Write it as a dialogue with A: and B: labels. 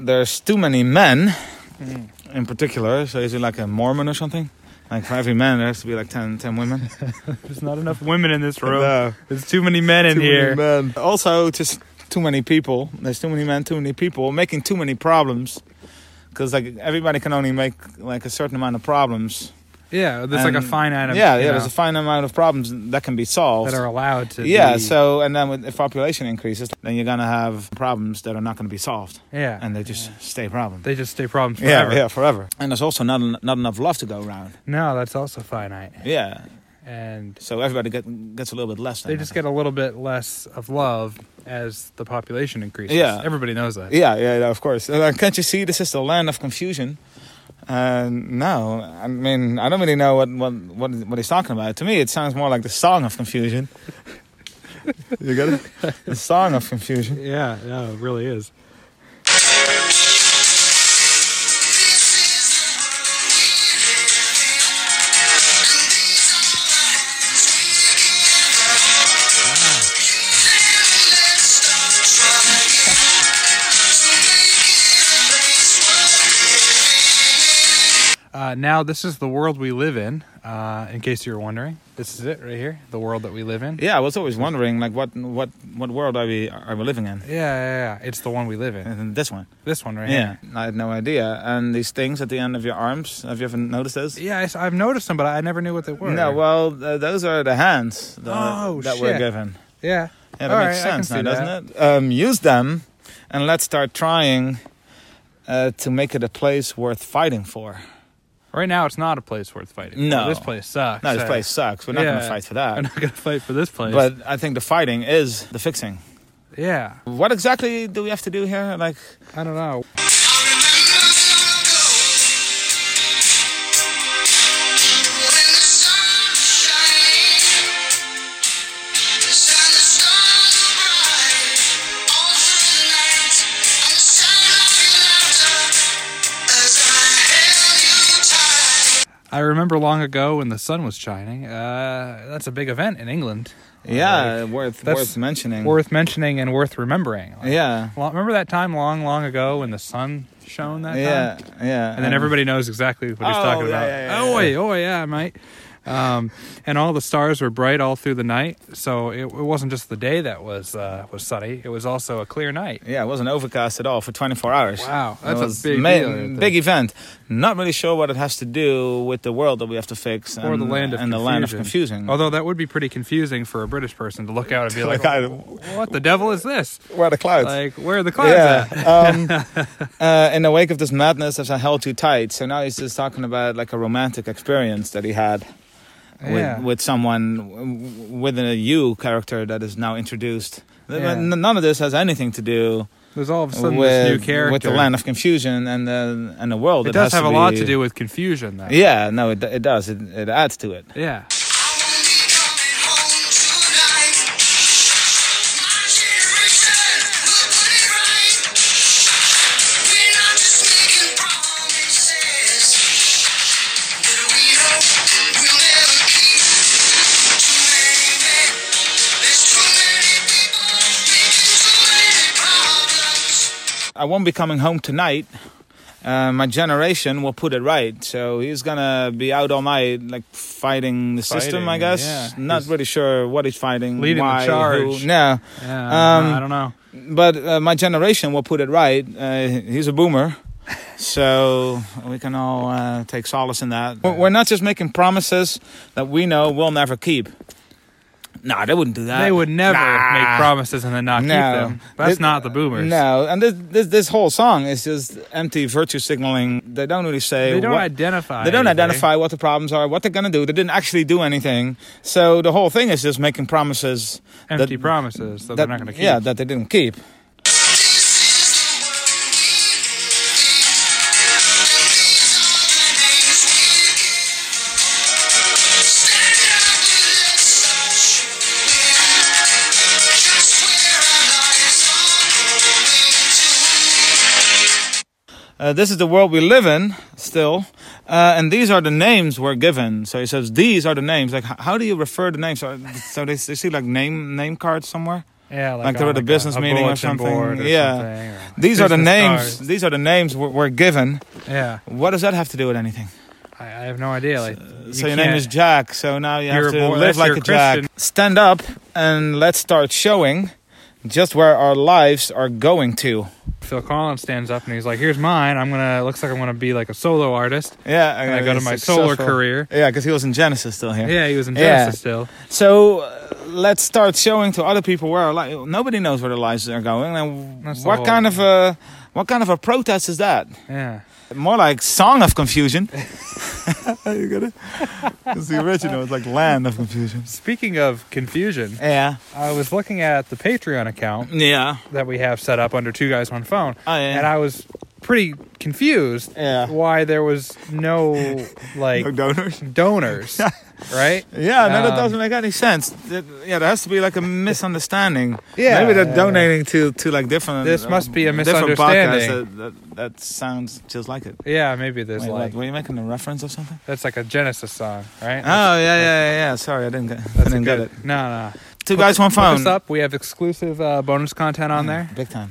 A: there's too many men,
B: Mm.
A: in particular. So is it like a Mormon or something? Like for every man, there has to be like 10, 10 women.
B: There's not enough women in this room.
A: No.
B: There's too many men in
A: Too many
B: here.
A: men. Also, just too many people. There's too many men, too many people making too many problems. Because like everybody can only make like a certain amount of problems.
B: Yeah, there's like
A: And-
B: a finite amount.
A: yeah, yeah.
B: you know,
A: There's a finite amount of problems that can be solved.
B: that are allowed to.
A: yeah.
B: be-
A: So and then with, if population increases, then you're gonna have problems that are not gonna be solved,
B: yeah,
A: and they just stay problems.
B: they just stay problems
A: Yeah,
B: forever.
A: yeah, forever. And there's also not en- not enough love to go around.
B: No, that's also finite,
A: Yeah.
B: and
A: So everybody get, gets a little bit less.
B: they
A: than
B: just
A: that.
B: get a little bit less of love as the population increases.
A: Yeah.
B: everybody knows that.
A: Yeah, yeah, yeah, of course. Uh, like, can't you see this is the land of confusion? Uh, no, I mean I don't really know what what what, what he's talking about. To me, it sounds more like the song of confusion. you got it? The song of confusion.
B: Yeah, yeah, it really is. Uh, now, this is the world we live in, uh, in case you were wondering. This is it right here, the world that we live in.
A: Yeah, I was always wondering like what what what world are we are we living in?
B: Yeah, yeah, yeah. It's the one we live in.
A: And this one.
B: This one right
A: Yeah, I had no idea. And these things at the end of your arms, have you ever noticed those?
B: here. Yeah, I s- I've noticed them, but I never knew what they were.
A: No, well, th- those are the hands that,
B: Oh,
A: that were
B: shit.
A: given.
B: yeah,
A: Yeah, that
B: All
A: makes
B: right, I can
A: sense now,
B: see
A: doesn't it? Um, use them, and let's start trying uh, to make it a place worth fighting for.
B: Right now, it's not a place worth fighting.
A: No.
B: this place sucks.
A: No, this
B: Uh,
A: place sucks. We're not going
B: Yeah.
A: to fight for
B: I'm
A: that.
B: not gonna fight for this place.
A: But I think the fighting is the fixing.
B: yeah,
A: What exactly do we have to do here? Like,
B: I don't know. I remember long ago when the sun was shining. Uh, that's a big event in England.
A: yeah, worth
B: that's
A: worth mentioning.
B: Worth mentioning and worth remembering. Like,
A: yeah,
B: lo- Remember that time long, long ago when the sun shone that
A: yeah,
B: time?
A: yeah.
B: And then everybody knows exactly what he's
A: Um, Oh,
B: talking
A: yeah,
B: about.
A: yeah, yeah,
B: oh,
A: yeah.
B: yeah. oh, yeah, mate. Um, and all the stars were bright all through the night. So it, it wasn't just the day that was uh, was sunny. It was also a clear night.
A: Yeah, it wasn't overcast at all for 24 hours.
B: Wow,
A: It
B: that's a
A: was
B: big
A: ma-
B: deal, I think.
A: big event. Not really sure what it has to do with the world that we have to fix and
B: Or the land of
A: and the land of confusing.
B: Although that would be pretty confusing for a British person to look out and be like,
A: Like, I-
B: "What the devil is this?
A: where are the clouds?
B: Like, where are the clouds
A: yeah.
B: at?"
A: um, uh, in the wake of this madness, as I held too tight. So now he's just talking about like a romantic experience that he had with,
B: Yeah.
A: with someone w- with a you character that is now introduced.
B: Yeah.
A: N- None of this has anything to do
B: There's all of a sudden this new
A: with,
B: character.
A: with the land of confusion and the and the world.
B: It does
A: has
B: have a lot
A: be-
B: to do with confusion, though.
A: Yeah, no, it, it does. It, it adds to it.
B: Yeah.
A: I won't be coming home tonight. Uh, my generation will put it right. So he's gonna be out all night, like fighting the system. I
B: Fighting,
A: guess.
B: yeah.
A: Not
B: He's
A: really sure what he's fighting.
B: leading the
A: why,
B: charge.
A: Who, no,
B: Yeah,
A: Um,
B: Uh, I don't know.
A: but uh, my generation will put it right. Uh, he's a boomer. So we can all uh, take solace in that. We're we're not just making promises that we know we'll never keep. Nah, they wouldn't do that.
B: They would never
A: uh, Nah.
B: make promises and then not keep
A: No.
B: them. That's
A: It-
B: not the boomers.
A: No, and this, this this whole song is just empty virtue signaling. They don't really say
B: They don't
A: what,
B: identify.
A: they don't
B: anything.
A: identify what the problems are, what they're gonna do. They didn't actually do anything. So the whole thing is just making promises
B: empty
A: that-
B: promises that, they're not going to keep.
A: Yeah, that they didn't keep. Uh, this is the world we live in still, uh, and these are the names we're given. So he says these are the names. Like, h- how do you refer to names? So, so they, they see like name name cards somewhere.
B: Yeah, like,
A: Like they're
B: on
A: at a business
B: a
A: meeting or
B: bulletin
A: something,
B: board or
A: yeah.
B: something, or like
A: These are the
B: business
A: names.
B: cards.
A: These are the names we're, we're given.
B: Yeah,
A: What does that have to do with anything?
B: I, I have no idea. Like, you
A: so your name
B: can't-
A: is Jack. So now you
B: You're
A: have
B: a
A: to
B: boy-
A: live
B: unless
A: like
B: you're
A: a
B: a Christian.
A: Jack. Stand up and let's start showing just where our lives are going to.
B: Phil Collins stands up and he's like, "Here's mine. I'm gonna looks like I'm gonna be like a solo artist,
A: Yeah,
B: and I go to my solo career."
A: Yeah, because he was in Genesis still here.
B: Yeah, he was in
A: Yeah.
B: Genesis still.
A: So uh, let's start showing to other people where our li- nobody knows where their lives are going. And
B: That's the
A: what
B: whole-
A: kind of a what kind of a protest is that?
B: Yeah,
A: More like song of confusion. you got it? Because the original is like land of confusion.
B: Speaking of confusion,
A: Yeah.
B: I was looking at the Patreon account
A: Yeah.
B: that we have set up under Two Guys One Phone,
A: Oh, yeah.
B: and I was pretty confused
A: Yeah.
B: why there was no like
A: No donors.
B: donors, right?
A: Yeah, no, that
B: Um,
A: doesn't make any sense. That- yeah, there has to be like a misunderstanding.
B: Yeah.
A: maybe they're donating to to like different. uh,
B: This must be a
A: different podcasts
B: misunderstanding.
A: That, that, that sounds just like it.
B: Yeah, maybe there's
A: Wait,
B: like
A: what, were you making a reference of something?
B: that's like a Genesis song, right?
A: Oh yeah, yeah, yeah. yeah. Sorry, I didn't get. I
B: that's a
A: didn't get
B: good.
A: it.
B: No, no.
A: Two guys, one
B: Look
A: phone.
B: us
A: Mm.
B: up. We have exclusive uh, bonus content on there.
A: Big time.